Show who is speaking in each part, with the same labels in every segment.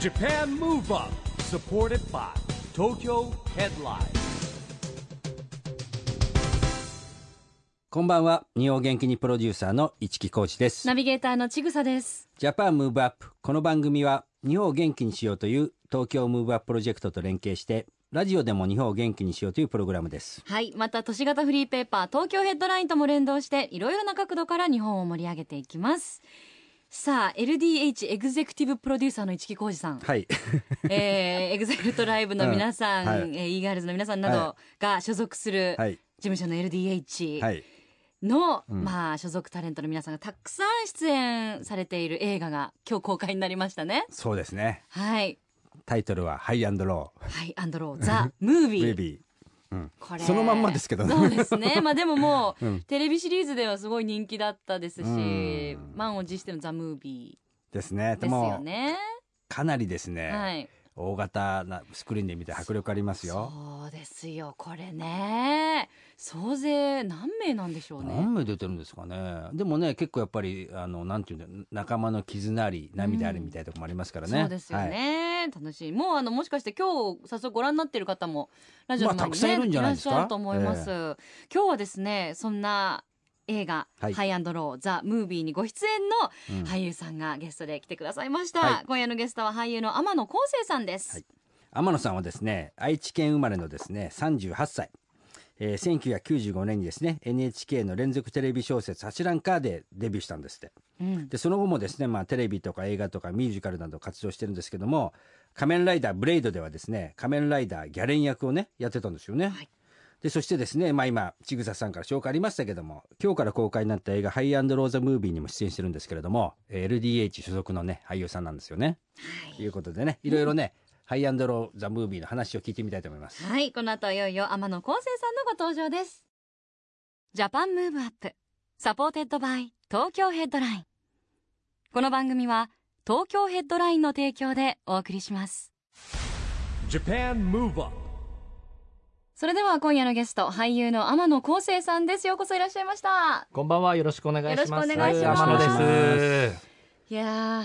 Speaker 1: Japan Move Up supported by Tokyo Headline
Speaker 2: こんばんは日本元気にプロデューサーの市木浩司です
Speaker 3: ナビゲーターのちぐさです。
Speaker 2: ジャパンムーブアップこの番組は日本を元気にしようという東京ムーブアッププロジェクトと連携してラジオでも日本を元気にしようというプログラムです
Speaker 3: はい。また、都市型フリーペーパー、東京ヘッドラインとも連動して、いろいろな角度から日本を盛り上げていきます。さあ、LDH エグゼクティブプロデューサーの市木浩二さ ん、
Speaker 2: はい
Speaker 3: えー、エグゼクトライブの皆さん、
Speaker 2: うんはい
Speaker 3: えー、イーガールズの皆さんなど
Speaker 2: は
Speaker 3: が所属する
Speaker 2: はい
Speaker 3: 事務所の LDH
Speaker 2: はい
Speaker 3: の、まあ、所属タレントの皆さんがたくさん出演されている映画が今日公開になりましたね。
Speaker 2: そうですね
Speaker 3: はい。
Speaker 2: タイトルはハイアンドロ
Speaker 3: はい、アンドロー、ザ・ムービ
Speaker 2: ー
Speaker 3: ー
Speaker 2: ベ。イビー
Speaker 3: これ
Speaker 2: そのまんまですけどね
Speaker 3: そうですねまあでももう、テレビシリーズではすごい人気だったですし満を持しての「ザ・ムービ
Speaker 2: ですね
Speaker 3: ー」
Speaker 2: で
Speaker 3: ですよ
Speaker 2: も
Speaker 3: ね
Speaker 2: かなりですね、
Speaker 3: はい
Speaker 2: 大型なスクリーンで見て迫力ありますよ
Speaker 3: そうですよこれね総勢何名なんでしょうね
Speaker 2: 何名出てるんですかねでもね結構やっぱりあのなんていうんだろう仲間の絆あり涙ありみたいなとこもありますからね、
Speaker 3: そうですよ
Speaker 2: はい
Speaker 3: ね、楽しいもうあのもしかして今日早速ご覧になっている方もラジオの
Speaker 2: まあた
Speaker 3: 前
Speaker 2: く
Speaker 3: に
Speaker 2: さんい
Speaker 3: ね、
Speaker 2: るんじゃないですか
Speaker 3: らっしゃると思います、今日はですねそんな映画「
Speaker 2: はい
Speaker 3: ハイアンドローザ・ムービー」にご出演の
Speaker 2: うん
Speaker 3: 俳優さんがゲストで来てくださいました、
Speaker 2: はい
Speaker 3: 今夜のゲストは俳優の天野康生さんです、
Speaker 2: はい天野さんはですね愛知県生まれのですね38歳、えー、1995年にですね NHK の連続テレビ小説「八蘭カー」でデビューしたんですって
Speaker 3: うん
Speaker 2: でその後もですね、まあ、テレビとか映画とかミュージカルなど活動してるんですけども「仮面ライダーブレイド」ではですね仮面ライダーギャレン役をねやってたんですよね、
Speaker 3: はい
Speaker 2: でそしてですね、まあ、今ちぐささんから紹介ありましたけども今日から公開になった映画「ハイアンドローザ・ムービー」にも出演してるんですけれどもえー LDH 所属のね俳優さんなんですよねということでねいろいろね、ハイアンドローザ・ムービーの話を聞いてみたいと思います
Speaker 3: はいこの後いよいよ天野康生さんのご登場ですジャパンムーブアップサポーテッドバイ東京ヘッドラインこの番組は東京ヘッドラインの提供でお送りします
Speaker 1: Japan Move Up
Speaker 3: それでは今夜のゲスト俳優の天野康生さんですようこそいらっしゃいました
Speaker 4: こんばんは、よろしくお願いします。
Speaker 3: よろしくお願いします
Speaker 4: 天野です。
Speaker 3: いやー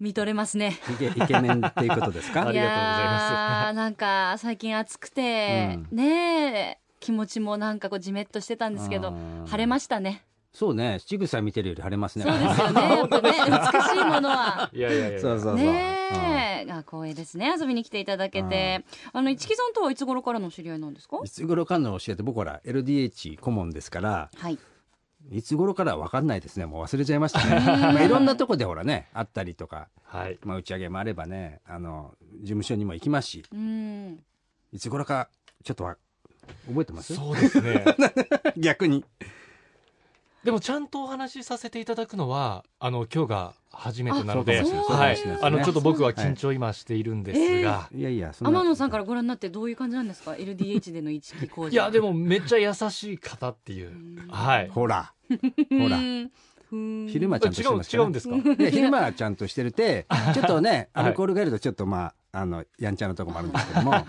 Speaker 3: 見とれますね
Speaker 2: イケイケメンっていうことですか
Speaker 4: ありがとうございます
Speaker 3: やーなんか最近暑くて、
Speaker 2: う
Speaker 3: ねえ気持ちもなんかこうじめっとしてたんですけ
Speaker 2: あ
Speaker 3: ど
Speaker 2: ー
Speaker 3: 晴れましたね
Speaker 2: そうねちぐさ見てるより晴れますね
Speaker 3: そうですよねやっぱね美しいものはい
Speaker 4: やいやいや。
Speaker 2: そうそうそう
Speaker 3: ねえ、が光栄ですね遊びに来ていただけて、あの一木さんとはいつ頃からのお知り合いなんですか
Speaker 2: いつ頃かの教えて僕ほら LDH 顧問ですから
Speaker 3: はい
Speaker 2: いつ頃からは分かんないですねもう忘れちゃいましたね、まあ、いろんなとこでほらねあったりとか、
Speaker 4: はい。
Speaker 2: まあ、打ち上げもあればねあの事務所にも行きますし
Speaker 3: うん
Speaker 2: いつ頃かちょっとは覚えてます
Speaker 4: そうですね。
Speaker 2: 逆に
Speaker 4: でもちゃんとお話しさせていただくのは、あの、今日が初めてなので、
Speaker 2: あそうかもしれ
Speaker 4: は
Speaker 2: ない
Speaker 4: い
Speaker 2: そうかもしれないです。ね
Speaker 4: あの、ちょっと僕は緊張今しているんですが、
Speaker 2: いやいやそんな
Speaker 3: 天野さんからご覧になってどういう感じなんですか LDH での一木工事
Speaker 4: いや、でもめっちゃ優しい方っていう。はい。
Speaker 2: ほら
Speaker 3: う
Speaker 2: ほら
Speaker 3: んふーん
Speaker 2: 昼間はち
Speaker 4: 違
Speaker 2: ゃんとして
Speaker 4: う
Speaker 2: ますか
Speaker 4: 違う
Speaker 2: ら
Speaker 4: んですか
Speaker 2: いや昼間はちゃんとしてるてちょっとね
Speaker 4: はい
Speaker 2: アルコールがいるとちょっとまああのやんちゃなとこもあるんですけども
Speaker 3: ね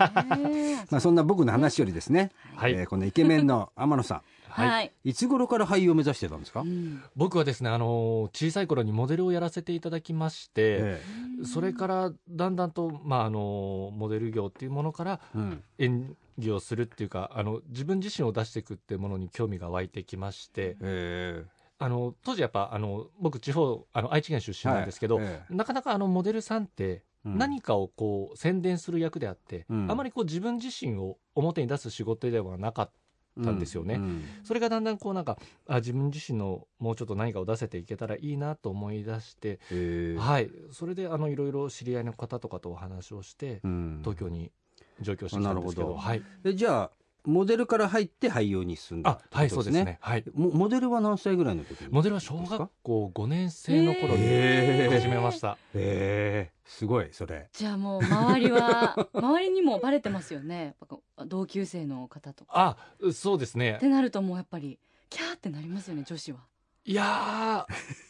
Speaker 3: え
Speaker 2: まあそんな僕の話よりですね、
Speaker 4: はい。
Speaker 2: えーこのイケメンの天野さ
Speaker 3: はいい、
Speaker 2: んいつ頃から俳優を目指してたんですか、
Speaker 3: うん
Speaker 4: 僕はですね、あの、小さい頃にモデルをやらせていただきまして、
Speaker 2: え
Speaker 4: それからだんだんと、まあ、あのモデル業っていうものから
Speaker 2: えうん
Speaker 4: 演技をするっていうかあの自分自身を出していくっていうものに興味が湧いてきまして
Speaker 2: ええ
Speaker 4: あの当時やっぱあの僕地方あの愛知県出身なんですけど、
Speaker 2: はいえ
Speaker 4: なかなかあのモデルさんって
Speaker 2: うん
Speaker 4: 何かをこう宣伝する役であって、
Speaker 2: うん
Speaker 4: あまりこう自分自身を表に出す仕事ではなかった。
Speaker 2: え
Speaker 4: なんですよね
Speaker 2: ううん
Speaker 4: それがだんだんこうなんかあ自分自身のもうちょっと何かを出せていけたらいいなと思い出して、
Speaker 2: ええ
Speaker 4: はいそれであのいろいろ知り合いの方とかとお話をして
Speaker 2: う、ん
Speaker 4: 東京に上京してきたんですけ
Speaker 2: なる
Speaker 4: ど、
Speaker 2: ほど
Speaker 4: はい、
Speaker 2: えじゃあモデルから入って俳優に進んだ
Speaker 4: あ
Speaker 2: ってこと
Speaker 4: はいそうですねはい
Speaker 2: もモデルは何歳ぐらいの時に
Speaker 4: モデルは小学校5年生の頃に
Speaker 2: へー
Speaker 4: 始めました、
Speaker 2: ええすごいそれ
Speaker 3: じゃあもう周りは周りにもバレてますよねやっぱこう同級生の方とか
Speaker 4: あそうですね
Speaker 3: ってなるともうやっぱりキャーってなりますよね女子は。
Speaker 4: いや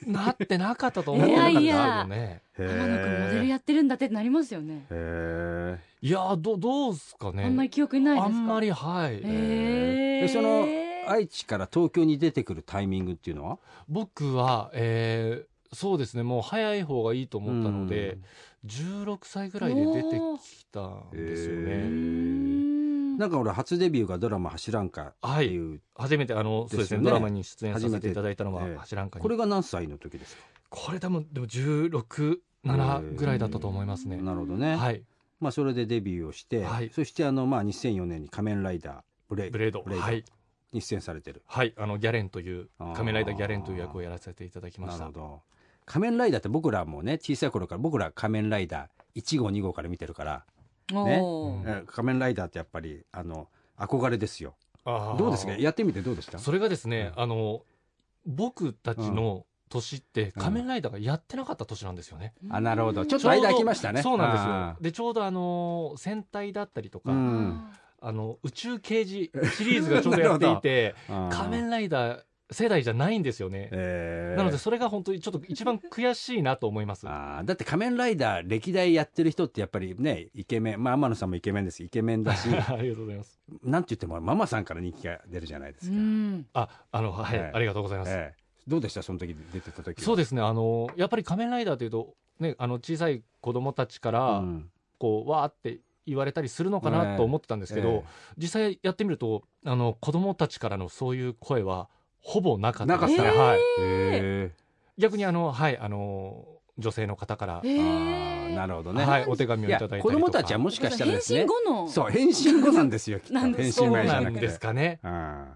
Speaker 4: ーなってなかったと思うんです
Speaker 3: いやいや
Speaker 4: よね
Speaker 2: 天
Speaker 3: 天野くんモデルやってるんだってなりますよね。
Speaker 2: へ
Speaker 4: いやーどどうすかね
Speaker 3: あんまり記憶にないです
Speaker 4: あ
Speaker 3: か。
Speaker 4: んまりはい、
Speaker 3: えー
Speaker 2: えその愛知から東京に出てくるタイミングっていうのは
Speaker 4: 僕は、えーそうですねもう早い方がいいと思ったので、 16歳ぐらいで出てきたんですよ
Speaker 2: へ
Speaker 3: うー
Speaker 4: ね。
Speaker 3: ん
Speaker 2: なんか俺初デビューがドラマ走らんかっ
Speaker 4: は
Speaker 2: て
Speaker 4: い
Speaker 2: いう、
Speaker 4: 初めてあのそう
Speaker 2: で
Speaker 4: ですす
Speaker 2: よ
Speaker 4: ね
Speaker 2: ね
Speaker 4: ドラマに出演させていただいたのは
Speaker 2: 初めてええ
Speaker 4: 柱んかに
Speaker 2: これが何歳の時ですか
Speaker 4: これ多分でも16、7ぐらいだったと思いますね。
Speaker 2: なるほどね。
Speaker 4: はい、
Speaker 2: まあそれでデビューをして、
Speaker 4: はい
Speaker 2: そしてあのまあ2004年に仮面ライダーブレイ
Speaker 4: ブ
Speaker 2: ク
Speaker 4: レード
Speaker 2: ブレイド
Speaker 4: はい、
Speaker 2: に出演されてる。
Speaker 4: はい、あのギャレンという
Speaker 2: あー
Speaker 4: 仮面ライダーギャレンという役をやらせていただきま
Speaker 2: な
Speaker 4: し
Speaker 2: る
Speaker 4: た
Speaker 2: ほ。ど。仮面ライダーって僕らもね小さい頃から僕ら仮面ライダー1号2号から見てるから、
Speaker 3: おー
Speaker 4: ね
Speaker 2: え仮面ライダーってやっぱりあの憧れですよ。
Speaker 4: あー
Speaker 2: どうですかやってみてどうでした？
Speaker 4: それがですね、
Speaker 2: う
Speaker 4: あの僕たちの年って
Speaker 2: うん
Speaker 4: 仮面ライダーがやってなかった年なんですよね。
Speaker 2: あなるほど。ちょっ
Speaker 4: ち
Speaker 2: と
Speaker 4: ょうど
Speaker 2: 間空きましたね。
Speaker 4: そうなんです
Speaker 2: あ
Speaker 4: よ
Speaker 2: ー。
Speaker 4: でちょうどあの戦隊だったりとか、
Speaker 2: う
Speaker 3: うん
Speaker 4: あの宇宙刑事シリーズがちょうどやってい て
Speaker 2: あー
Speaker 4: 仮面ライダー世代じゃないんですよね。
Speaker 2: えー
Speaker 4: なのでそれが本当にちょっと一番悔しいなと思います。
Speaker 2: あーだって仮面ライダー歴代やってる人ってやっぱりねイケメンまあ天野さんもイケメンですイケメ ンだし
Speaker 4: ありがとうございます。
Speaker 2: なんて言ってもママさんから人気が出るじゃないですか、
Speaker 3: うん
Speaker 4: あ、あのはい、
Speaker 2: ええ
Speaker 4: ありがとうございます。
Speaker 2: ええどうでしたその時出てた時
Speaker 4: そう
Speaker 2: で
Speaker 4: ですね。あのやっぱり仮面ライダーというとね、あの小さい子供たちから、こうわーって言われたりするのか
Speaker 2: ええ
Speaker 4: なと思ってたんですけど、
Speaker 2: ええ
Speaker 4: 実際やってみるとあの子供たちからのそういう声はほぼなかった
Speaker 2: なかった
Speaker 4: ですね
Speaker 2: へえ
Speaker 4: はい、
Speaker 2: へ
Speaker 4: 逆にあのはいあの女性の方から、
Speaker 2: え
Speaker 3: へ
Speaker 2: あー
Speaker 3: ー
Speaker 2: なるほどね、
Speaker 4: はいお手紙をいた
Speaker 2: いや
Speaker 4: だいたりと
Speaker 2: 子
Speaker 4: か
Speaker 2: 供たちはもしかしたらですね
Speaker 3: 変身後の
Speaker 2: そう変身後なんですよきっと
Speaker 3: なん
Speaker 2: 変
Speaker 3: で
Speaker 2: 身
Speaker 3: すよ
Speaker 2: 前じ
Speaker 4: な
Speaker 2: ゃなく
Speaker 4: ん
Speaker 2: て
Speaker 4: ですかね
Speaker 2: うん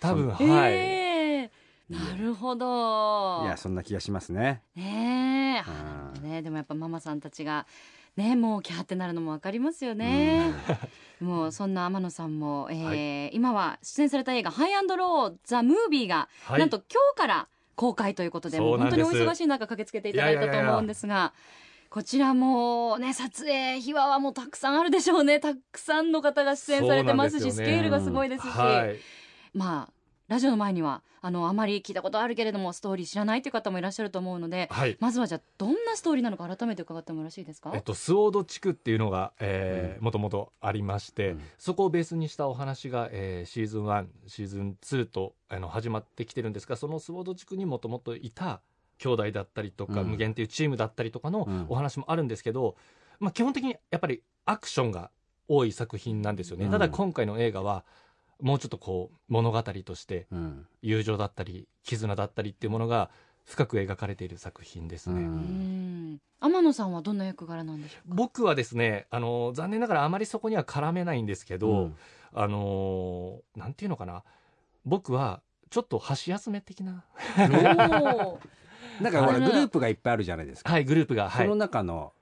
Speaker 4: 多分
Speaker 3: へ
Speaker 4: はい、
Speaker 3: えなるほど
Speaker 2: いやそんな気がしますね
Speaker 3: ねえ、あ
Speaker 2: うん
Speaker 3: ーなるほどね、でもやっぱママさんたちが。ね、もうキャーってなるのもわかりますよね。もうそんな天野さんも、えー今は出演された映画ハイアンドローザムービーが、
Speaker 4: はい
Speaker 3: なんと今日から公開ということで、も
Speaker 4: そううな
Speaker 3: 本
Speaker 4: ん
Speaker 3: 当
Speaker 4: で
Speaker 3: に
Speaker 4: す
Speaker 3: お忙しい中駆けつけていただい
Speaker 4: い
Speaker 3: た
Speaker 4: やい
Speaker 3: と
Speaker 4: やいや
Speaker 3: 思うんですが、こちらもね撮影秘話はもうたくさんあるでしょうね。たくさんの方が出演されてま
Speaker 4: そ
Speaker 3: すし、
Speaker 4: うなんです
Speaker 3: ス
Speaker 4: よね
Speaker 3: ケールがすごいですし、
Speaker 4: はい
Speaker 3: まあラジオの前にはあのあまり聞いたことあるけれどもストーリー知らないという方もいらっしゃると思うので、
Speaker 4: はい
Speaker 3: まずはじゃあどんなストーリーなのか改めて伺ってもよろしいですか、
Speaker 4: えっと、スオード地区っていうのが、えーもともとありまして、
Speaker 2: うん
Speaker 4: そこをベースにしたお話が、えーシーズン1シーズン2とあの始まってきてるんですがそのスオード地区にもともといた兄弟だったりとか、
Speaker 2: うん
Speaker 4: 無限っていうチームだったりとか
Speaker 2: うん
Speaker 4: のお話もあるんですけど、まあ、基本的にやっぱりアクションが多い作品なんですよね、
Speaker 2: うん
Speaker 4: ただ今回の映画はもうちょっとこう物語として
Speaker 2: うん
Speaker 4: 友情だったり絆だったりっていうものが深く描かれている作品ですね。
Speaker 2: う
Speaker 3: うんん天野さんはどんな役柄なんでしょうか
Speaker 4: 僕はですねあの残念ながらあまりそこには絡めないんですけど、
Speaker 2: ん
Speaker 4: あのなんていうのかな僕はちょっと箸休め的な、
Speaker 3: おー
Speaker 2: なんかほら
Speaker 3: あ
Speaker 2: グ
Speaker 3: の
Speaker 2: ループがいっぱいあるじゃないですか、
Speaker 4: はい、グループが、は
Speaker 2: そ
Speaker 4: い
Speaker 2: の、中の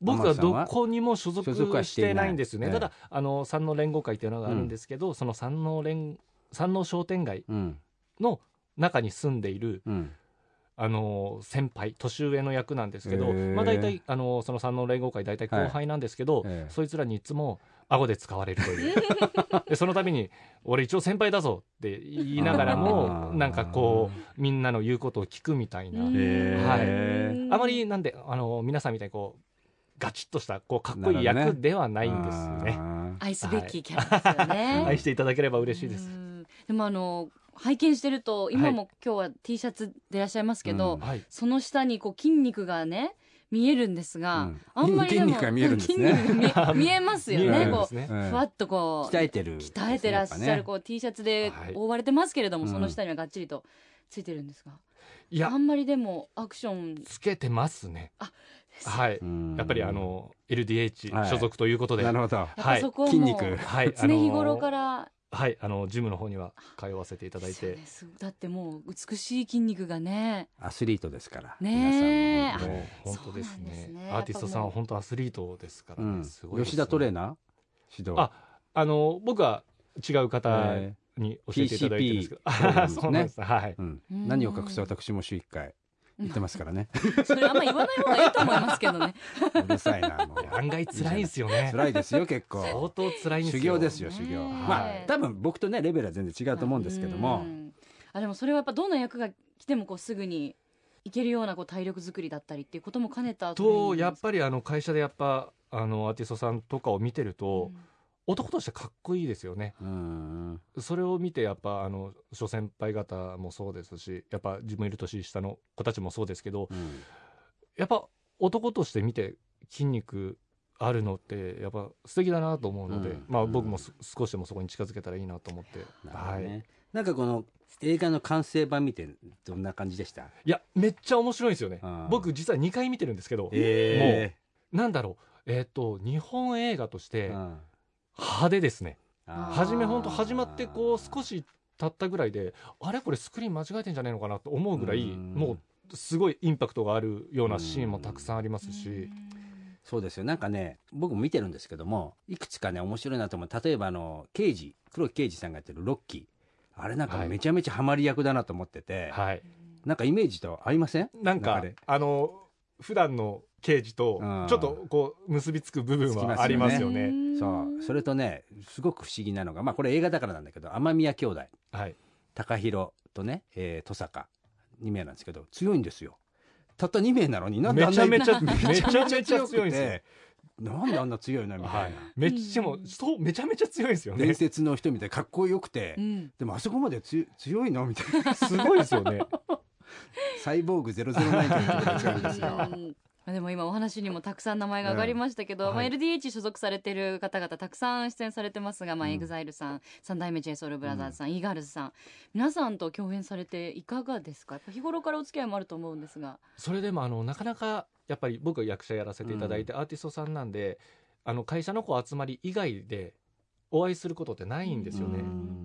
Speaker 4: 僕はど
Speaker 2: 天野さん
Speaker 4: こにも所
Speaker 2: 所属は
Speaker 4: 属
Speaker 2: し
Speaker 4: して
Speaker 2: いない
Speaker 4: てないんですよね
Speaker 2: ええ
Speaker 4: ただあの山王連合会っていうのがあるんですけど、その山王連山王商店街
Speaker 2: うん
Speaker 4: の中に住んでいる
Speaker 2: うん
Speaker 4: あの先輩年上の役なんですけ
Speaker 2: へ
Speaker 4: ど、
Speaker 2: え
Speaker 4: まあ、大体あのその山王連合会大体後輩なんですけど、
Speaker 2: はいええ
Speaker 4: そいつらにいつも顎で使われると いうでその度に「俺一応先輩だぞ」って言いながら
Speaker 2: あ
Speaker 4: も
Speaker 2: ー
Speaker 4: なんかこうみんなの言うことを聞くみたいな、
Speaker 3: うん
Speaker 2: へー
Speaker 3: うん
Speaker 4: あまりなんであの皆さんみたいにこうガチッとしたこうかっこいい
Speaker 2: なるほど
Speaker 4: 役
Speaker 2: ね
Speaker 4: ではないんですよね。
Speaker 2: あ
Speaker 3: 愛すべきキャラですよね、
Speaker 2: はい
Speaker 4: 愛していただければ嬉しいです
Speaker 3: う。んでもあの拝見してると今も今日は T シャツでいらっしゃいますけど、
Speaker 2: うん
Speaker 4: はい、
Speaker 3: その下にこう筋肉がね見えるんですが、
Speaker 2: うん
Speaker 3: あんまりで
Speaker 2: 筋
Speaker 3: も
Speaker 2: 肉が見えるんですね
Speaker 3: 筋肉が見え見えますよ
Speaker 4: 見え
Speaker 3: ね
Speaker 4: るんで
Speaker 3: こ
Speaker 4: す
Speaker 3: う、
Speaker 4: ね。
Speaker 2: ー
Speaker 3: ふわっとこう
Speaker 2: 鍛えてる
Speaker 3: 鍛えてらっしゃる
Speaker 2: こ
Speaker 3: こう T シャツで
Speaker 4: はい
Speaker 3: 覆われてますけれども、
Speaker 2: うん
Speaker 3: その下にはがっちりとついてるんですが、
Speaker 4: いや
Speaker 3: あんまりでもアクション
Speaker 4: つけてますね。はい、やっぱりあの LDH 所属ということで、
Speaker 2: なるほど
Speaker 3: やっぱそこは
Speaker 2: 筋
Speaker 3: もう、
Speaker 2: 肉
Speaker 4: はい、、
Speaker 3: 常日頃からら、
Speaker 4: はい、あのジムの方には通わせていただい
Speaker 3: そう
Speaker 4: て
Speaker 3: で、すだってもう美しい筋肉がね
Speaker 2: アスリートですから
Speaker 3: ねえ
Speaker 2: 皆さんも
Speaker 4: もう本当です
Speaker 3: そうなんです
Speaker 4: ね
Speaker 3: ね
Speaker 4: アーティストさん
Speaker 3: やっぱもう
Speaker 4: は本当アスリートですから
Speaker 2: う
Speaker 4: ね、
Speaker 2: ん
Speaker 4: すごいですね
Speaker 2: 吉田トレーナー指導
Speaker 4: ああの僕は違う方
Speaker 2: え
Speaker 4: に教えていただいてるんですけど、
Speaker 2: PCP
Speaker 4: あそうなんです、はい
Speaker 2: ーうん
Speaker 3: うん
Speaker 2: 何を隠す私も週一回言ってますからね
Speaker 3: それあんま言わない方がいいと思いますけどね
Speaker 2: うるさいなもう
Speaker 4: 案外辛 いんですよね
Speaker 2: 辛いですよ結 構
Speaker 4: 相当辛いんです
Speaker 2: 修
Speaker 4: よ
Speaker 2: 行ですよ修行
Speaker 3: ねえ
Speaker 2: まあ多分僕とねレベルは全然違うと思うんですけども
Speaker 3: うんあでもそれはやっぱどんな役が来てもこうすぐにいけるようなこう体力作りだったりっていうことも兼ねたトレーニン
Speaker 4: と
Speaker 3: グ
Speaker 4: や
Speaker 3: なん
Speaker 4: っ
Speaker 3: ですか
Speaker 4: ぱりあの会社でやっぱあのアーティストさんとかを見てると、男としてかっこいいですよね
Speaker 2: うん
Speaker 4: それを見てやっぱあの諸先輩方もそうですしやっぱ自分いる年下の子たちもそうですけど
Speaker 2: うん
Speaker 4: やっぱ男として見て筋肉あるのってやっぱ素敵だなと思うので、
Speaker 2: うん
Speaker 4: まあ、
Speaker 2: うん
Speaker 4: 僕もす少しでもそこに近づけたらいいなと思って、
Speaker 2: なるほ
Speaker 4: は
Speaker 2: ど
Speaker 4: い、
Speaker 2: ね。なんかこの映画の完成版見てどんな感じでした
Speaker 4: いやめっちゃ面白いんですよね、
Speaker 2: うん
Speaker 4: 僕実は2回見てるんですけど、
Speaker 2: え
Speaker 4: なんだろうえっ、と日本映画として
Speaker 2: えうん
Speaker 4: 派手ですね、
Speaker 2: あー
Speaker 4: 初め本当始まってこう少し経ったぐらいであれこれスクリーン間違えてんじゃないのかなと思うぐらい
Speaker 2: うん
Speaker 4: もうすごいインパクトがあるようなシーンもたくさんありますし
Speaker 2: そうですよなんかね僕も見てるんですけどもいくつかね面白いなと思う例えばあの刑事黒木刑事さんがやってるロッキーあれなんか
Speaker 4: はい
Speaker 2: めちゃめちゃハマり役だなと思ってて、
Speaker 4: はい
Speaker 2: なんかイメージと合いません
Speaker 4: なん
Speaker 2: 中
Speaker 4: か
Speaker 2: で
Speaker 4: あの普段の刑事と
Speaker 2: うん
Speaker 4: ちょっとこう結びつく部分はありますよね。
Speaker 2: そうそれとねすごく不思議なのがまあこれ映画だからなんだけど雨宮兄弟
Speaker 4: はい、
Speaker 2: 高弘とね、えー、登坂2名なんですけど強いんですよたった2名なのになんであんな
Speaker 4: めちゃ めちゃ
Speaker 2: めちゃ
Speaker 4: め
Speaker 2: めち
Speaker 4: ちゃ
Speaker 2: ゃ
Speaker 4: めちゃ
Speaker 2: 強
Speaker 4: 強
Speaker 2: い
Speaker 4: い
Speaker 2: ん
Speaker 4: ん
Speaker 2: で
Speaker 4: ですす
Speaker 2: よ
Speaker 4: よ
Speaker 2: なんであんな強いのみた
Speaker 4: はいい
Speaker 2: な、、
Speaker 4: めっちゃもうそうめちゃめちゃ強いですよね
Speaker 2: 伝。説の人みたいでかっこよくて、
Speaker 3: うん
Speaker 2: でもあそこまでつ強いのみた いな
Speaker 4: すごいですよね。
Speaker 2: サイボーグ009という人が強いんですよ
Speaker 3: うん まあでも今お話にもたくさん名前が上がりましたけど、
Speaker 4: うんはい
Speaker 3: まあ、LDH 所属されてる方々たくさん出演されてますが、まあ、
Speaker 2: うん
Speaker 3: EXILE さん三代目 j s o u l b r o t h e r さん、イーガールズさん皆さんと共演されていかがですかやっぱ日頃からお付き合いもあると思うんですが
Speaker 4: それでもあのなかなかやっぱり僕は役者やらせていただいて、アーティストさんなんであの会社のこう集まり以外でお会いすることってないんですよね。
Speaker 2: うん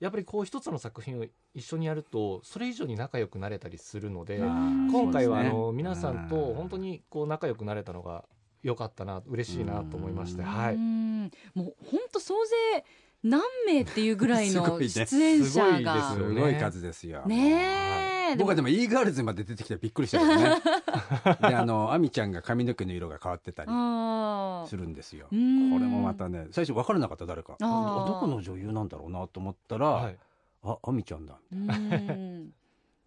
Speaker 4: やっぱりこう一つの作品を一緒にやるとそれ以上に仲良くなれたりするので、
Speaker 2: ー
Speaker 4: 今回はあ
Speaker 2: そうですね
Speaker 4: の、皆さん
Speaker 2: う
Speaker 4: と
Speaker 2: ん
Speaker 4: 本当にこう仲良くなれたのが良かったな嬉しいなと思いまして、
Speaker 2: うん
Speaker 4: は
Speaker 3: う
Speaker 4: い。
Speaker 3: んもう本当総勢何名っていうぐらい
Speaker 2: すご
Speaker 3: の
Speaker 2: いね
Speaker 3: 出演者
Speaker 4: すごいです
Speaker 3: が
Speaker 4: よ
Speaker 2: すごい数ですよ
Speaker 3: ねえで
Speaker 2: 僕
Speaker 3: も
Speaker 2: はでも e ガールズまで出てきてびっくりしたけど ねであの亜美ちゃんが髪の毛の色が変わってたり
Speaker 3: あ
Speaker 2: するんですよ
Speaker 3: こ
Speaker 2: これもまたね最初分からなかった誰か
Speaker 3: あー
Speaker 2: あどこの女優なんだろうなと思ったら、
Speaker 4: はい
Speaker 2: あ亜美ちゃんだ
Speaker 3: うん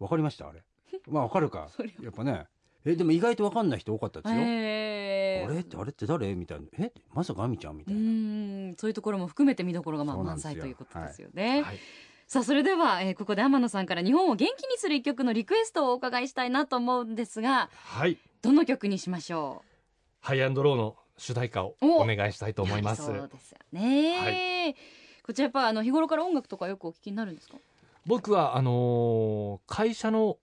Speaker 2: 分かりましたあれまあ分かるか
Speaker 3: それ
Speaker 2: やっぱねえでも意外と分かんない人多かったですよ、
Speaker 3: え
Speaker 2: あれってあれって誰みたいなえまさか亜美ちゃんみ
Speaker 3: う
Speaker 2: たいな、
Speaker 3: ーんそういうところも含めて見どころがまあ
Speaker 2: そうなん
Speaker 3: 満
Speaker 2: ですよ
Speaker 3: 載ということですよね。
Speaker 4: はい
Speaker 3: さあそれでは、えーここで天野さんから日本を元気にする一曲のリクエストをお伺いしたいなと思うんですが
Speaker 4: はい
Speaker 3: どの曲にしましょ
Speaker 4: ハイアンドローの主題歌を
Speaker 3: お
Speaker 4: お願いしたいと
Speaker 3: う
Speaker 4: 思います。
Speaker 3: そうですよね、こちらやっぱあの日頃から音楽とかよくお聞きになるんですか
Speaker 4: 僕はあのー会社の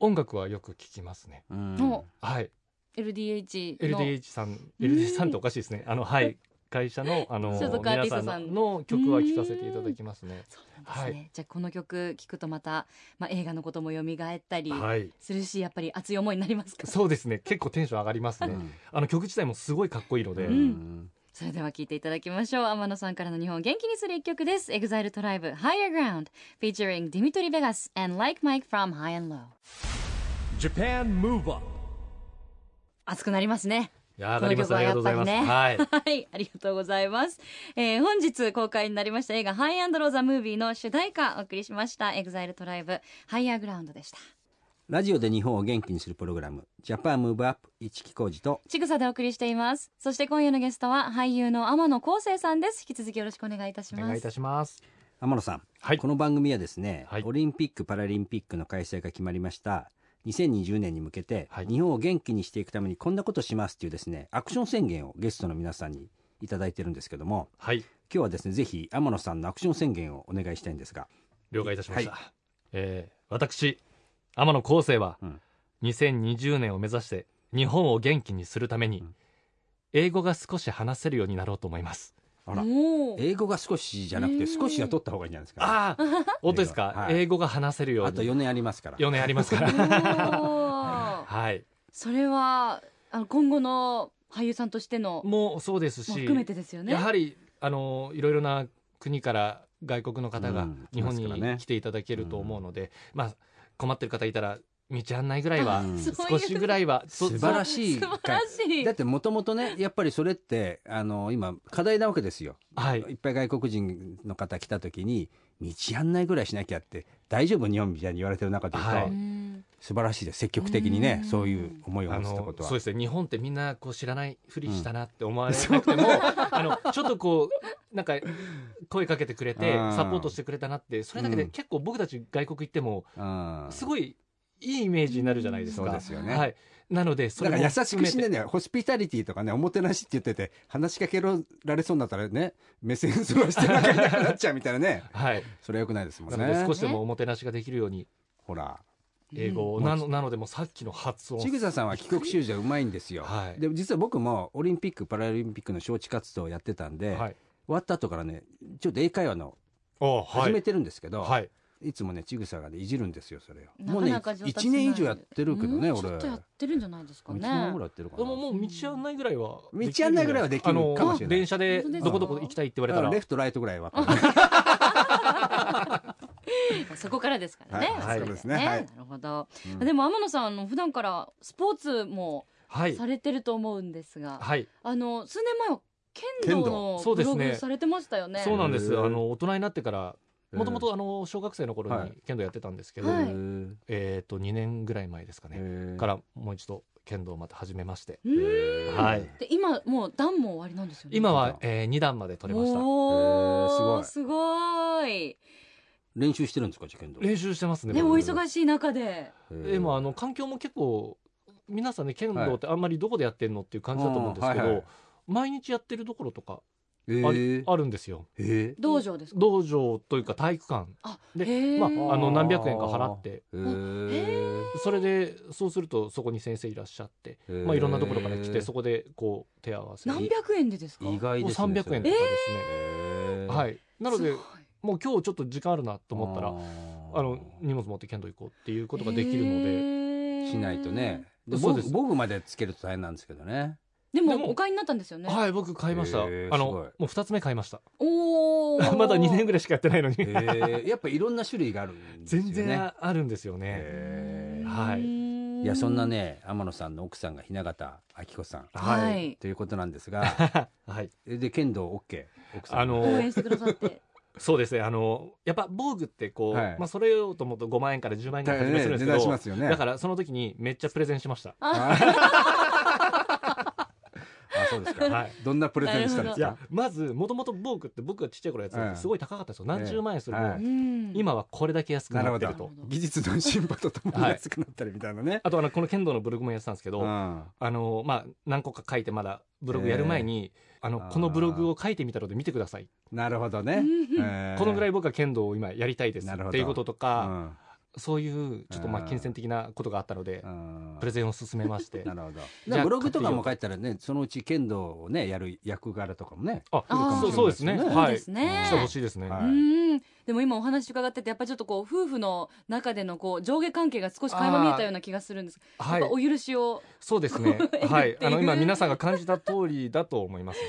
Speaker 4: 音楽はよく聞きますね。
Speaker 2: うん
Speaker 3: お
Speaker 4: はい。
Speaker 3: LDH の
Speaker 4: LDH さん、
Speaker 3: うん
Speaker 4: LDH さんっておかしいですね。あのはい、会社のあの
Speaker 3: 所属アー
Speaker 4: 皆
Speaker 3: ティスト
Speaker 4: さ
Speaker 3: さん
Speaker 4: んの曲は聴かせていただきますね。
Speaker 3: そうなんですね、
Speaker 4: は
Speaker 3: じゃあこの曲聞くとまた、まあ、映画のことも蘇ったり
Speaker 4: はい。
Speaker 3: するし、やっぱり熱い思いになりますか
Speaker 4: そうですね。結構テンション上がります
Speaker 2: う
Speaker 4: ね。
Speaker 2: ん
Speaker 4: あの曲自体もすごいかっこいいので、
Speaker 3: んそれでは聞いていただきましょう天野さんからの日本を元気にする一曲です EXILE トライブ Higher Ground featuring ディミトリ・ベガス and Like Mike from High and Low
Speaker 1: Japan Move Up
Speaker 3: 熱くなりますね
Speaker 4: いやー上がります。
Speaker 3: こ
Speaker 4: あ
Speaker 3: の
Speaker 4: りがとうご
Speaker 3: 曲
Speaker 4: ざいま
Speaker 3: は
Speaker 4: す。
Speaker 3: やっぱ
Speaker 4: はい。
Speaker 3: はいありがとうございます、えー本日公開になりました映画ハイアンドローザムービーの主題歌お送りしました EXILE トライブ Higher Ground でした
Speaker 2: ラジオで日本を元気にするプログラム「ジャパンムーブアップ一木工事と
Speaker 3: ちぐさでお送りしていますそして今夜のゲストは俳優の天野康生さんです引き続きよろしくお願いいたし
Speaker 4: お
Speaker 3: ます
Speaker 4: 願いいたします。
Speaker 2: 天野さん、
Speaker 4: はい
Speaker 2: この番組はですね、
Speaker 4: はい
Speaker 2: オリンピック・パラリンピックの開催が決まりました2020年に向けて、
Speaker 4: はい
Speaker 2: 日本を元気にしていくためにこんなことしますっていうですねアクション宣言をゲストの皆さんにいただいてるんですけども
Speaker 4: はい。
Speaker 2: 今日はですねぜひ天野さんのアクション宣言をお願いしたいんですが
Speaker 4: 了解いたしました。
Speaker 2: は
Speaker 4: えー私、天野康生は、
Speaker 2: うん
Speaker 4: 2020年を目指して日本を元気にするために、
Speaker 2: うん
Speaker 4: 英語が少し話せるようになろうと思います。
Speaker 2: あら
Speaker 3: おー
Speaker 2: 英語が少しじゃなく
Speaker 3: え
Speaker 2: て
Speaker 3: ー
Speaker 2: 少しは取った方がいいんじゃないですか、
Speaker 4: ああ、本当ですか、
Speaker 2: はい
Speaker 4: 英語が話せるように。
Speaker 2: あと4年ありますから
Speaker 4: 4年ありますか
Speaker 3: お
Speaker 4: ら。
Speaker 3: ー
Speaker 4: はい。
Speaker 3: それはあの今後の俳優さんとしてのも
Speaker 4: もうそうですし、
Speaker 3: 含めてですよね。
Speaker 4: やはり、あの、いろいろな国から外国の方
Speaker 2: う
Speaker 4: が
Speaker 2: ん
Speaker 4: 日本
Speaker 2: 来ますからね
Speaker 4: に来ていただけると思うので、まあ、困ってる方いたら、道案内ぐらいは
Speaker 2: う、ん
Speaker 3: そうい
Speaker 4: 少
Speaker 3: う
Speaker 4: しぐらいは、そ
Speaker 2: 素晴らしい
Speaker 3: 素晴らしい
Speaker 2: だってもともとねやっぱりそれってあの今課題なわけですよ
Speaker 4: はい
Speaker 2: いっぱい外国人の方来た時に道案内ぐらいしなきゃって大丈夫日本みたいに言われてる中で言うと、
Speaker 4: は
Speaker 3: う
Speaker 4: い
Speaker 3: ん
Speaker 2: 素晴らしいです積極的にね
Speaker 3: うん
Speaker 2: そういう思いを
Speaker 4: あ
Speaker 2: 持つって
Speaker 4: の
Speaker 2: ことは
Speaker 4: そうですね日本ってみんなこう知らないふりしたなって思われなくても、 あのちょっとこうなんか声かけてくれて
Speaker 2: うん
Speaker 4: サポートしてくれたなってそれだけ
Speaker 2: う
Speaker 4: で
Speaker 2: ん
Speaker 4: 結構僕たち外国行っても
Speaker 2: うん
Speaker 4: すごいいいイメージになるじゃないですか。
Speaker 2: そうですよね
Speaker 4: はい。なので、そ
Speaker 2: だ
Speaker 4: れ
Speaker 2: か
Speaker 4: も
Speaker 2: ら優し
Speaker 4: 含
Speaker 2: くしね
Speaker 4: めて
Speaker 2: んだよ。ホスピタリティとかね、おもてなしって言ってて、話しかけられそうになったらね、目線そらしてなんかいなくなっちゃうみたいなね。
Speaker 4: はい。
Speaker 2: それは良くないですもん
Speaker 4: なので
Speaker 2: ね
Speaker 4: 少。しでもおもてなしができるように
Speaker 2: ほら。
Speaker 4: 英語を、
Speaker 2: うん
Speaker 4: なのなのでもうさっきの発
Speaker 2: ち
Speaker 4: 音
Speaker 2: ぐささんは帰国子女うまいんですよ。
Speaker 4: はい
Speaker 2: でも実は僕もオリンピック・パラリンピックの招致活動をやってたんで、
Speaker 4: は
Speaker 2: 終
Speaker 4: い
Speaker 2: わった後からね、ちょっと英会話の
Speaker 4: おは
Speaker 2: 始め
Speaker 4: い
Speaker 2: てるんですけど、
Speaker 4: はい
Speaker 2: い、つもね、ちぐさがね、いじるんですよ、それを。
Speaker 3: なかなか
Speaker 2: も
Speaker 3: 上
Speaker 2: うね、
Speaker 3: 達し
Speaker 2: 1
Speaker 3: ない
Speaker 2: 年以上やってるけどね、
Speaker 3: うん
Speaker 2: 俺。
Speaker 3: ちょっとやってるんじゃないですか
Speaker 2: もう
Speaker 3: ね
Speaker 2: 一年ぐらいやってるか
Speaker 4: で
Speaker 2: な。
Speaker 4: ももう道案内ぐらいは
Speaker 2: 道案内ぐらいはできるかもしれない
Speaker 4: あの電車でどこどこ行きたいって言われた
Speaker 2: だかららレフト、ライトぐらいは。
Speaker 3: そこからですからね。
Speaker 2: はい
Speaker 3: れ
Speaker 2: そうですねはい
Speaker 3: なるほど。
Speaker 2: うん
Speaker 3: でも天野さんあの普段からスポーツも
Speaker 4: はい
Speaker 3: されてると思うんですが、
Speaker 4: はい
Speaker 3: あの数年前は剣道
Speaker 4: 剣道
Speaker 3: のブロ
Speaker 4: そうです
Speaker 3: グ
Speaker 4: ね
Speaker 3: されてましたよね。
Speaker 4: そうなんです
Speaker 2: へー
Speaker 4: あの大人になってから
Speaker 2: へー
Speaker 4: もともとあの小学生の頃
Speaker 2: は
Speaker 4: に
Speaker 2: い
Speaker 4: 剣道やってたんですけど、
Speaker 3: はい
Speaker 2: うん
Speaker 4: えっ、と2年ぐらい前ですかね、
Speaker 2: へー
Speaker 4: からもう一度剣道をまた始めまして
Speaker 3: うん
Speaker 4: はい
Speaker 3: で今もう段も終わりなんですよね。
Speaker 4: 今
Speaker 2: な
Speaker 4: は
Speaker 2: るほ、ど
Speaker 4: え2段まで取れました
Speaker 3: お
Speaker 2: へー
Speaker 3: ーすごい。
Speaker 2: 練習してるんですか、受験道。
Speaker 4: 練習してますね
Speaker 3: ね
Speaker 4: 僕
Speaker 3: お忙しい中で。
Speaker 4: でもあの環境も結構皆さんね剣道ってあんまりどこでやってんのっていう感じだと思うんですけど、
Speaker 2: うんはいはい
Speaker 4: 毎日やってるところとか
Speaker 2: へ
Speaker 4: あ,、
Speaker 2: ー、
Speaker 4: あるんですよ
Speaker 2: えー
Speaker 3: 道場ですか。
Speaker 4: 道場というか体育館
Speaker 3: あ、
Speaker 4: で
Speaker 3: へー
Speaker 4: まああの何百円か払って
Speaker 2: へー
Speaker 4: それでそうするとそこに先生いらっしゃって、
Speaker 2: へー
Speaker 4: まあ、いろんなところから来てそこでこう手合わせ
Speaker 3: 何百円でですか。
Speaker 2: 意外ですね。
Speaker 4: 300円とかですね、
Speaker 2: へー
Speaker 4: はいなのです
Speaker 3: ごい
Speaker 4: もう今日ちょっと時間あるなと思ったら
Speaker 2: あー
Speaker 4: あの荷物持って剣道行こうっていうことができるので、
Speaker 3: へー
Speaker 2: しないとね。で
Speaker 4: そ
Speaker 2: ボ
Speaker 4: うで
Speaker 2: ブ
Speaker 4: す
Speaker 2: ボブまでつけると大変なんですけどね。
Speaker 3: で
Speaker 4: で
Speaker 3: も
Speaker 4: も
Speaker 3: お買いになったんですよね。
Speaker 4: はい僕買いました、
Speaker 2: へー
Speaker 4: あ
Speaker 2: す
Speaker 4: の
Speaker 2: ごい
Speaker 4: もう2つ目買いました
Speaker 3: おお。
Speaker 4: まだ2年ぐらいしかやってないのに
Speaker 2: えーやっぱいろんな種類があるんですよね。
Speaker 4: 全然ああるんですよね。
Speaker 2: え
Speaker 4: はい
Speaker 3: い
Speaker 2: ーいやそんな。ね天野さんの奥さんが雛形明子さん
Speaker 3: は
Speaker 4: はい。
Speaker 3: い。
Speaker 2: ということなんですが、
Speaker 4: はい。
Speaker 2: えで剣道 OK 奥さん。
Speaker 4: あ
Speaker 3: 応
Speaker 4: の
Speaker 3: 援してくださって。
Speaker 4: そうですね。あのやっぱ防具ってこう、
Speaker 2: はい
Speaker 4: まあそれをと思うと5万円から10万円
Speaker 2: だ
Speaker 4: から
Speaker 2: から
Speaker 4: 始めする
Speaker 2: ね
Speaker 4: んです
Speaker 2: 値
Speaker 4: け
Speaker 2: 段し
Speaker 4: ど、
Speaker 2: ますよね。
Speaker 4: だからその時にめっちゃプレゼンしました。
Speaker 2: あーあそうですか。
Speaker 4: はい。
Speaker 2: どんなプレゼンしたんです
Speaker 4: い
Speaker 2: か
Speaker 4: や。まずもともと防具って僕がちっちゃい頃やってた
Speaker 2: え
Speaker 4: や
Speaker 2: え
Speaker 4: つすごい高かったですよ。何十万円するの
Speaker 2: え
Speaker 4: が
Speaker 2: え
Speaker 3: うん
Speaker 4: 今はこれだけ安くなって
Speaker 2: な
Speaker 4: る
Speaker 2: る
Speaker 3: ほ
Speaker 4: と
Speaker 3: ど。
Speaker 2: 技術の進歩とともに
Speaker 4: はい
Speaker 2: 安くなったりみたいな ね。
Speaker 4: あとあのこの剣道のブログもやってたんですけど、
Speaker 2: うん
Speaker 4: あのまあ何個か書いてまだブログやる前に、あのこのブログを書いてみたので見てください。
Speaker 2: なるほどね。えー
Speaker 4: このぐらい僕は剣道を今やりたいです
Speaker 2: なるほど
Speaker 4: っていうこととか。
Speaker 2: うん
Speaker 4: そういうちょっとまあ
Speaker 2: うん
Speaker 4: 金銭的なことがあったので、
Speaker 2: うん
Speaker 4: プレゼンを進めまして
Speaker 2: なるほど。
Speaker 4: じゃあ
Speaker 2: ブログとかも書いたらね、そのうち剣道をね、やる役柄とかもね。
Speaker 4: あ
Speaker 3: あー
Speaker 4: そうそうですね
Speaker 2: そうですね
Speaker 3: そう
Speaker 4: はい来て。ほ
Speaker 3: ですね
Speaker 4: しいですね、
Speaker 2: は
Speaker 3: う
Speaker 2: い
Speaker 3: ん。でも今お話伺っててやっぱちょっとこう夫婦の中でのこう上下関係が少し垣間見えたような気がするんです。
Speaker 4: は
Speaker 3: やっぱお
Speaker 4: い
Speaker 3: 許しを
Speaker 4: そうです ね
Speaker 3: 得るっていう
Speaker 4: はいあの今皆さんが感じた通りだと思いますね、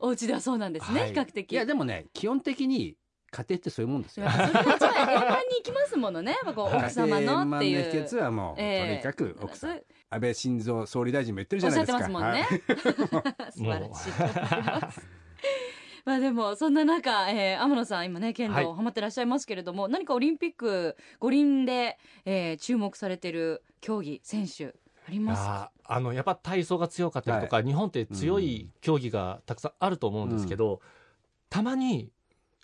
Speaker 3: お家ではそうなんです
Speaker 4: は
Speaker 3: ね
Speaker 4: い
Speaker 3: 比較的。
Speaker 2: いや、でもね、基本的に家庭ってそういうもんですよ
Speaker 3: や。っぱそれが一番円満に行きますも のね。まあこう奥様のってい
Speaker 2: 家庭円満の秘訣
Speaker 3: う。
Speaker 2: はもう、と
Speaker 3: ええ
Speaker 2: にかく奥さ
Speaker 3: そ
Speaker 2: ん
Speaker 3: う。
Speaker 2: 安倍晋三総理大臣も言ってるじ
Speaker 3: お
Speaker 2: ゃ
Speaker 3: っ
Speaker 2: な
Speaker 3: し
Speaker 2: い
Speaker 3: ゃっ
Speaker 2: です
Speaker 3: て
Speaker 2: か。
Speaker 3: ますもんね。素晴らしいと思います。まあでもそんな中、えー、天野さん今ね剣
Speaker 4: はい
Speaker 3: 道ハマってらっしゃいますけれども、何かオリンピック五輪で、えー、注目されてる競技選手ありますか？
Speaker 4: あーあのやっぱ体操が強かったりとか、日本って強い競技がたくさんあると思うんですけど、たまに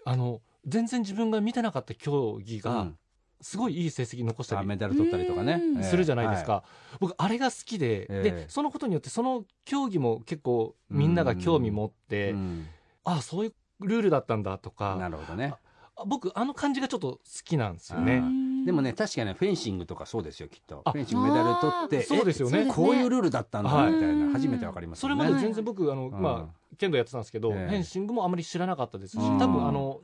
Speaker 4: あの全然自分が見てなかった競技
Speaker 2: う
Speaker 4: が
Speaker 2: ん
Speaker 4: すごいいい成績残した
Speaker 2: あ
Speaker 4: り
Speaker 2: メダル取ったりとかね
Speaker 3: うん。
Speaker 2: ええ
Speaker 4: するじゃないですか、。僕あれが好きで、
Speaker 2: ええ
Speaker 4: でそのことによってその競技も結構みんなが興味持っ
Speaker 2: はい
Speaker 4: て、
Speaker 2: うん
Speaker 4: ああそういうルールだったんだと
Speaker 2: な
Speaker 4: か
Speaker 2: るほどね。
Speaker 4: あ僕あの感じがちょっと好きなんですよ
Speaker 2: あ
Speaker 4: ね。
Speaker 3: ー
Speaker 2: でもね、確かね、フェンシングとかそうですよ、きっと。
Speaker 4: あ
Speaker 2: フェンシングメダル取って、
Speaker 4: そうですよ
Speaker 3: そう
Speaker 4: ね
Speaker 3: で
Speaker 2: え
Speaker 3: す
Speaker 2: こういうルールだったんだ、みたい
Speaker 3: は
Speaker 2: な、
Speaker 3: い
Speaker 2: 初めてわかります
Speaker 4: そ
Speaker 2: よ
Speaker 4: れ
Speaker 2: ね。
Speaker 4: まで全然僕あの、
Speaker 2: うん
Speaker 4: まあ、剣道やってたんですけど、
Speaker 2: ええ
Speaker 4: フェンシングもあまり知らなかったですし、
Speaker 2: うん
Speaker 4: 多分あの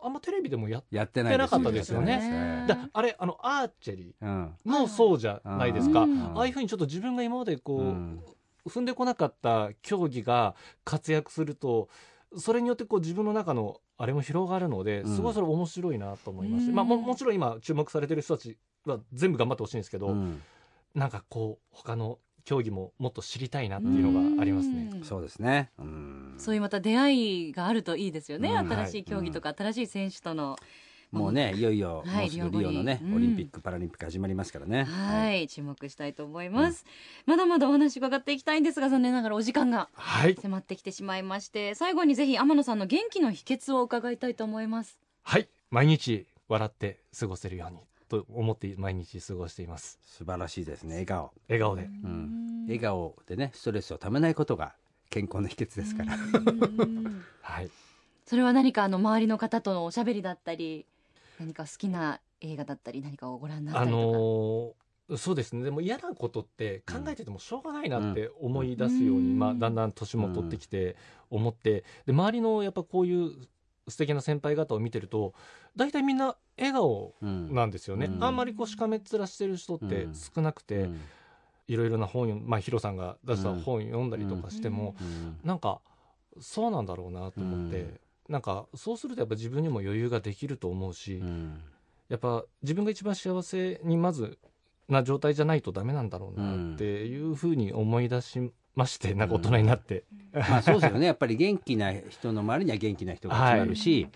Speaker 4: あんまテレビでもやっ
Speaker 2: やってない
Speaker 4: やってなかったですよね
Speaker 2: やってないです
Speaker 4: だあれあのアーチェリ
Speaker 2: うん。
Speaker 4: ーもそうじゃないですか、
Speaker 3: うん
Speaker 4: ああいうふうにちょっと自分が今までこう、
Speaker 2: うん
Speaker 4: 踏んでこなかった競技が活躍するとそれによってこう自分の中のあれも広がるので
Speaker 2: うん
Speaker 4: すごいそれ面白いなと思いまして、
Speaker 3: うん
Speaker 4: まあ、ももちろん今注目されてる人たちは全部頑張ってほしいんですけど、
Speaker 2: うん
Speaker 4: なんかこう他の競技ももっと知りたいなっていうのがありますね。
Speaker 3: うん
Speaker 2: そうですね。うん
Speaker 3: そういうまた出会いがあるといいですよね。
Speaker 2: うん
Speaker 3: 新しい競技とか、新しい選手との。
Speaker 2: もうね、いよいよ、
Speaker 3: はい
Speaker 2: もうすぐリオのね
Speaker 3: リオ五、輪
Speaker 2: オリンピック・パラリンピック始まりますからね。
Speaker 3: はい、注目したいと思います、まだまだお話伺っていきたいんですが残念ながらお時間が
Speaker 4: はい、
Speaker 3: 迫ってきてしまいまして最後にぜひ天野さんの元気の秘訣を伺いたいと思います
Speaker 4: はい、毎日笑って過ごせるようにと思って毎日過ごしています
Speaker 2: 素晴らしいですね笑顔
Speaker 4: 笑顔で
Speaker 2: うん笑顔でねストレスをためないことが健康の秘訣ですから、
Speaker 3: うん
Speaker 4: はい
Speaker 3: それは何かあの周りの方とのおしゃべりだったり何か好きな映画だったり何かをご覧になった
Speaker 4: あ
Speaker 3: りとか、
Speaker 4: のーそうですねでも嫌なことって考えててもしょうがないなって思い出すように、
Speaker 3: うん
Speaker 4: まあ、だんだん年も取ってきて思ってで周りのやっぱこういう素敵な先輩方を見てると大体みんな笑顔
Speaker 2: うん
Speaker 4: なんですよね、
Speaker 2: うん
Speaker 4: あんまりこうしかめっ面してる人って少なくて、
Speaker 2: うん
Speaker 4: いろいろな本読んまあヒロさんが出した本読んだりとかしても、
Speaker 2: うん
Speaker 4: なんかそうなんだろうなと思って、
Speaker 2: うん
Speaker 4: なんかそうするとやっぱ自分にも余裕ができると思うし、
Speaker 2: うん
Speaker 4: やっぱ自分が一番幸せにまずな状態じゃないとダメなんだろうなっていうふうに思い出しまして、なんか大人になって、
Speaker 2: まあそうですよねやっぱり元気な人の周りには元気な人が集まるし、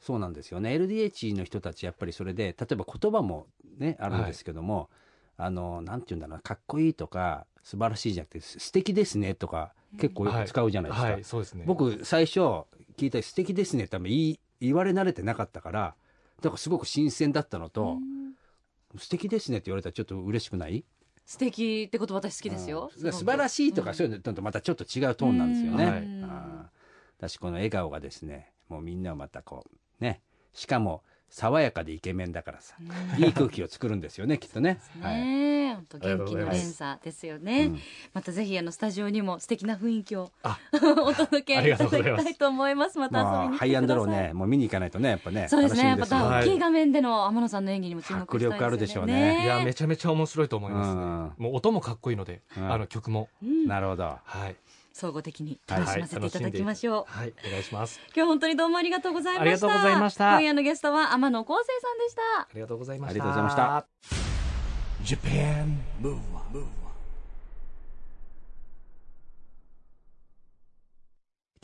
Speaker 2: そうなんですよね LDH の人たちやっぱりそれで例えば言葉もねあるんですけども、あのなんて言うんだろうなかっこいいとか素晴らしいじゃなくてす素敵ですねとか結構よく使うじゃないですか、
Speaker 4: はいそうですね
Speaker 2: 僕最初聞いた「素敵ですね」って多分言い言われ慣れてなかったからだからすごく新鮮だったのと「素敵ですね」って言われたらちょっと嬉しくない
Speaker 3: 素敵って言葉私好きですよ、
Speaker 2: うんだから素晴ら
Speaker 3: い
Speaker 2: しいとかそういうのとまたちょっと違うトーンなんですよね。
Speaker 4: はい
Speaker 2: あーだしこの笑顔がですねもうみんなをまたこうねしかも爽やかでイケメンだからさいい空気を作るんですよ ねきっとね。はい
Speaker 3: ねえ、本当元気の連鎖ですよね。
Speaker 2: うん
Speaker 3: またぜひあのスタジオにも素敵な雰囲気を
Speaker 4: あ
Speaker 3: お届け
Speaker 4: あ
Speaker 3: い
Speaker 4: りが
Speaker 3: た
Speaker 4: と
Speaker 3: だ
Speaker 4: う
Speaker 3: き
Speaker 4: ございます
Speaker 3: たいと思います。また遊
Speaker 2: ま
Speaker 3: び
Speaker 2: あハ
Speaker 3: に来てく
Speaker 2: イア
Speaker 3: だ
Speaker 2: ン
Speaker 3: さ
Speaker 2: ド
Speaker 3: い。
Speaker 2: ローねもう見に行かないとねやっぱね
Speaker 3: そうですね。
Speaker 2: 楽しみで
Speaker 3: ま
Speaker 2: すよ
Speaker 3: た大き
Speaker 4: はい
Speaker 3: 画面での天野さんの演技にも注目したいですよね。
Speaker 2: 迫力あるでしょうね
Speaker 4: いやめちゃめちゃ面白いと思いますね、もう音もかっこいいので、
Speaker 2: うん
Speaker 4: あの曲も
Speaker 3: うん
Speaker 2: なるほど。
Speaker 4: はい、
Speaker 3: 総合的に楽しませていただきましょう。
Speaker 4: はい、お願いします
Speaker 3: 今日本当にどうもありがとうございました。
Speaker 4: ありがとうございました
Speaker 3: 今夜のゲストは天野康生さんでした。
Speaker 4: ありがとうございました
Speaker 2: ありがとうございました。
Speaker 5: Japan Move Up, Move Up.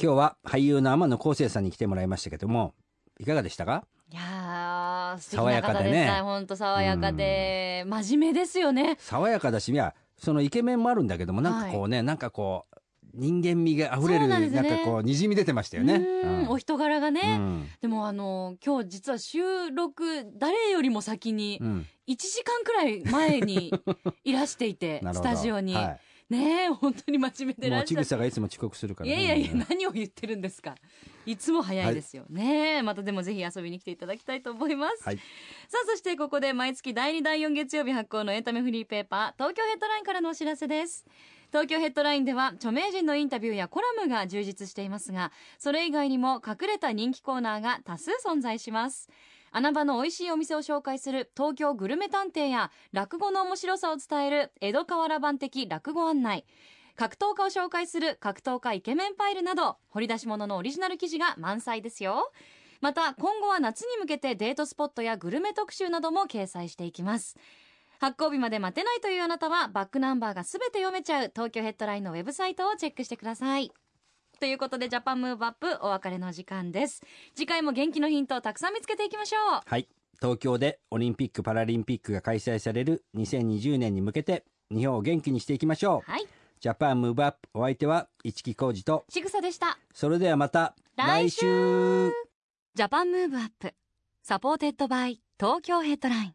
Speaker 2: 今日は俳優の天野康生さんに来てもらいましたけどもいかがでしたか
Speaker 3: いやー素敵
Speaker 2: 爽
Speaker 3: な
Speaker 2: やか
Speaker 3: 方
Speaker 2: で
Speaker 3: で
Speaker 2: ね
Speaker 3: すね。本当爽やかで、真面目ですよね。
Speaker 2: 爽やかだしいやそのイケメンもあるんだけどもなんかこうね、なんかこう人間味が溢れ
Speaker 3: そう
Speaker 2: るな
Speaker 3: なん
Speaker 2: ん,、
Speaker 3: ですね
Speaker 2: かこうにじみ出てましたよね。
Speaker 3: うん
Speaker 2: うん
Speaker 3: お人柄がね。
Speaker 2: うん
Speaker 3: でもあの今日実は収録誰よりも先に
Speaker 2: うん
Speaker 3: 1時間くらい前にいらしていて
Speaker 2: なる
Speaker 3: ス
Speaker 2: ほど
Speaker 3: タジオに、
Speaker 2: は
Speaker 3: ねえ本当に真面目
Speaker 2: い、
Speaker 3: で
Speaker 2: も
Speaker 3: ら
Speaker 2: う
Speaker 3: っし
Speaker 2: ち
Speaker 3: ゃ
Speaker 2: ぐ
Speaker 3: る
Speaker 2: さがいつも遅刻するから
Speaker 3: い
Speaker 2: ね、
Speaker 3: やいやいや
Speaker 2: もうね
Speaker 3: 何を言ってるんですかいつも早いですよね、またでもぜひ遊びに来ていただきたいと思います、
Speaker 2: はい
Speaker 3: さあそしてここで毎月第2第4月曜日発行のエンタメフリーペーパー東京ヘッドラインからのお知らせです東京ヘッドラインでは著名人のインタビューやコラムが充実していますがそれ以外にも隠れた人気コーナーが多数存在します穴場の美味しいお店を紹介する東京グルメ探偵や落語の面白さを伝える江戸河原版的落語案内格闘家を紹介する格闘家イケメンパイルなど掘り出し物のオリジナル記事が満載ですよまた今後は夏に向けてデートスポットやグルメ特集なども掲載していきます発行日まで待てないというあなたはバックナンバーが全て読めちゃう東京ヘッドラインのウェブサイトをチェックしてくださいということでジャパンムーブアップお別れの時間です次回も元気のヒントをたくさん見つけていきましょう
Speaker 2: はい東京でオリンピック・パラリンピックが開催される2020年に向けて日本を元気にしていきましょう、
Speaker 3: はい
Speaker 2: ジャパンムーブアップお相手は市木浩二と
Speaker 3: ちぐさでした
Speaker 2: それではまた
Speaker 3: 来
Speaker 2: 来週
Speaker 6: ジャパンムーブアップサポーテッドバイ東京ヘッドライン